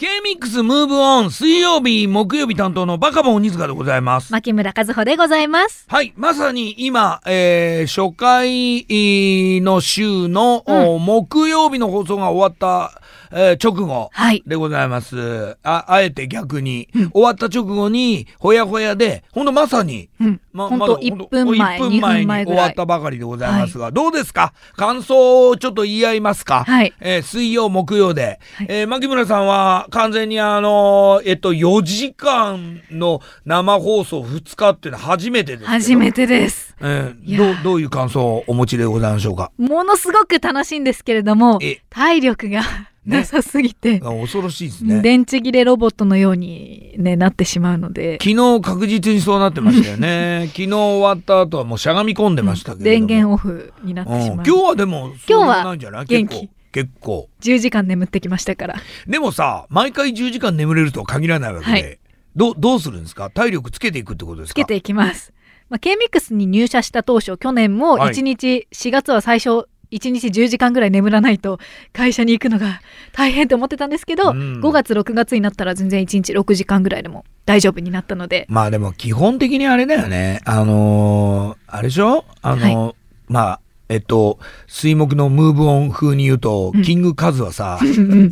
K-MIX ムーブオン水曜日、木曜日担当のバカボン鬼塚でございます。牧村和穂でございます。はい、まさに今、えー初回の週の、うんお木曜日の放送が終わった、えー直後はい。でございます。あ、あえて逆に、うん終わった直後に、ほやほやで、ほんとまさに、うん。まほんまとだ1分前、ほんと2分に前ぐ終らわっい。たばかりでございますが、どうですか感想をちょっと言い合いますか、はい。えー水曜、木曜で、はいえー牧村さんは完全にあのーえっと、4時間の生放送2日っていうのは初めてですけど。初めてです。えーいやどう、どういう感想をお持ちでございましょうかものすごく楽しいんですけれどもえ、体力がねなさすぎて、あ恐ろしいですね。電池切れロボットのように、ね、なってしまうので、昨日確実にそうなってましたよ ね。昨日終わった後はもうしゃがみ込んでましたけれど電も。源オフになってしうん今まう日。はでも、そうでもないんじゃない今日結は構元。結構。 10時間眠ってきましたから。でもさ、毎回10時間眠れるとは限らないわけで、はいどうどうするんですか体力つけていくってことですつかけていきます。まあ、K-MIX に入社した当初、去年もはい1日、4月は最初、1日10時間ぐらい眠らないと会社に行くのが 大変と思ってたんですけど、うん5月、6月になったら全然1日6時間ぐらいでも大丈夫になったので、まあでも基本的にあれだよね。あのーあれでしょあのーまあ、えっと、水木のムーブオン風に言うと、うんキングカズは さ、うん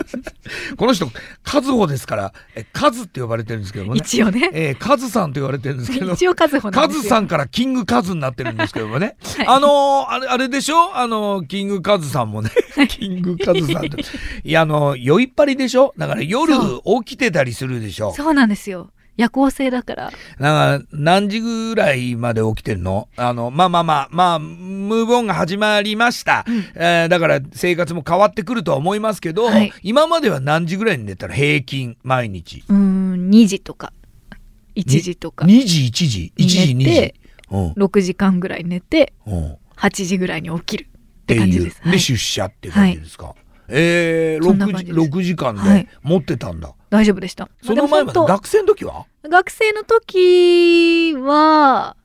この人、カズホですから、えカズって呼ばれてるんですけどもね。一 応ね、えーカズさんと言われてるんですけど、一応和穂なカんでズすよ。さんからキングカズになってるんですけどもね。 はいあのーあれ、あれでしょあのーキングカズさんもね。 キングカズさんと。いや、あのー酔いっぱりでしょだから夜そ起きてたりするでしょそうなんですよ。夜行性だから。なんか、何時ぐらいまで起きてるのあの、まあまあまあ、まあ、ムーブオンが始まりました。えーだから生活も変わってくるとは思いますけど、はい今までは何時ぐらいに寝たら平均、毎日。うーん、2時とか、1時とか、 2時、1時、1時、2寝時て。うん。 6時間ぐらい寝て、うん。っ8時ぐらいに起きるってて感じいでうす。。はで、い出社って感じですか。えー、そんな6感じ時、です6時間はでい持ってたんだ。大丈夫でした。その前までも本当学生の時は学生の時は、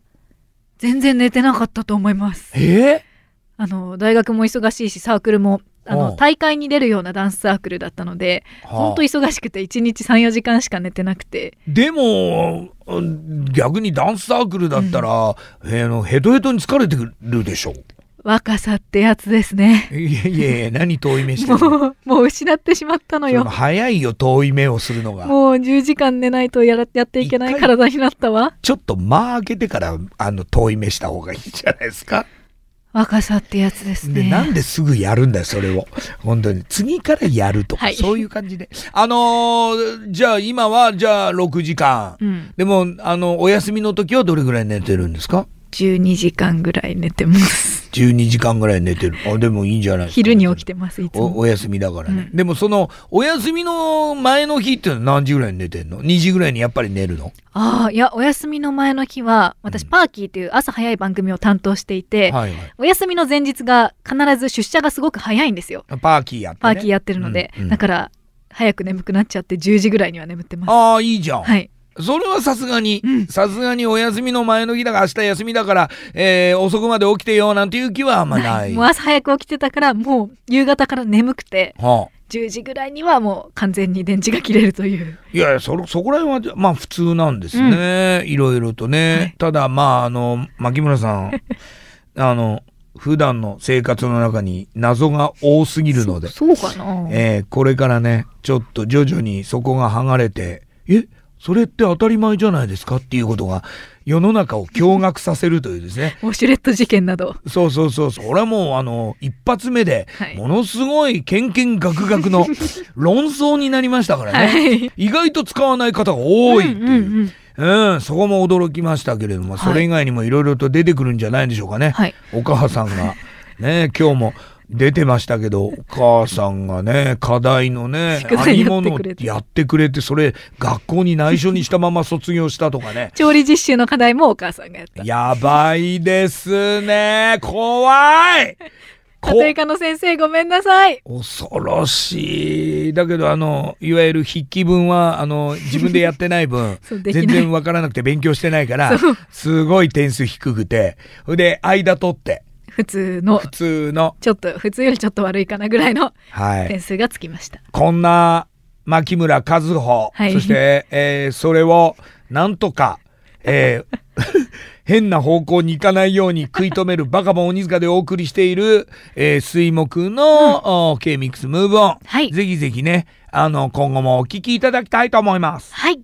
全然寝てなかったと思います。えあの、大学も忙しいし、サークルも、あうんの、大会に出るようなダンスサークルだったので、ー、本当忙しくて、1日3、4時間しか寝てなくて、でもうん逆にダンスサークルだったら、えーのヘトヘトに疲れてくるでしょ若さってやつですね。 う。 いやいやいや何遠い目してもるのう、もう失ってしまったのそれもよ。早いよ遠い目をするのが。もう10時間寝ないとやらやっていけな一い回体になったわ。ちょっと間開けてからあの遠い目した方がいいんじゃないですか。若さってやつですでなんね。ですぐやるんだよそれを本当に次からやるとか、はいそういう感じで。あのーじゃあ今はじゃあ6時間。うん。でもあのお休みの時はどれぐらい寝てるんですか12時間ぐらい寝 てます。 12時間ぐらい寝てるあでもいいんじゃないですか昼に起きてます、いつもお。お休みだからね、うんでもそのお休みの前の日っていうのは何時ぐらいに寝てんの ?2 時ぐらいにやっぱり寝るのああ、いや、お休みの前の日は、私、うんパーキーという朝早い番組を担当していて、はいはいお休みの前日が必ず出社がすごく早いんですよ。パーキーやって、ね、パーキーやってるので、うんうんだから、早く眠くなっちゃって、10時ぐらいには眠ってます。ああいいじゃん、はい。それはさすがにうんさすがにお休みの前の日だから明日休みだから、えー遅くまで起きてよなんていう気はあんまな はいい、もう朝早く起きてたから、もう夕方から眠くて、はあ10時ぐらいにはもう完全に電池が切れるという。いやいやそそこら辺はまあ普通なんですね、いろいろとね、はいただまああの牧村さ んあの普段の生活の中に謎が多すぎるのでそうかなえーこれからねちょっと徐々にそこが剥がれてえそれって当たり前じゃないですかっていうことが世の中を驚愕させるというですねもうシュレット事件など。そうそうそうそう俺はもうあの一発目ではいものすごいケンケンガクガクの論争になりましたからね、はい。意外と使わない方が多いっていう。うんうんうんうん、そこも驚きましたけれども、はいそれ以外にもいろいろと出てくるんじゃないでしょうかね。はい。お母さん が、ね、今日も出てましたけど、お母さんがね、課題のね、宿編み題やって物をくれて。やってくれて、それ学校に内緒にしたまま卒業したとかね 調理実習の課題もお母さんがやった。やばいですね。怖 いこ家庭科の先生ごめんなさい。、恐ろしい。だけど、あの、いわゆる筆記分は、あの、自分でやってない分 そうできない全然わからなくて勉強してないから、すごい点数低くて、で、間取って、普通の普通の、ちょっと普通よりちょっと悪いかなぐらいのはい。点数がつきました。こんな、牧村和穂、はいそして、えーそれをなんとか、えー 変な方向に行かないように食い止めるバカボン鬼塚でお送りしている、えー水木の、お K-MIX ムーブオン、はいぜひぜひねあの今後もお聞きいただきたいと思います。はい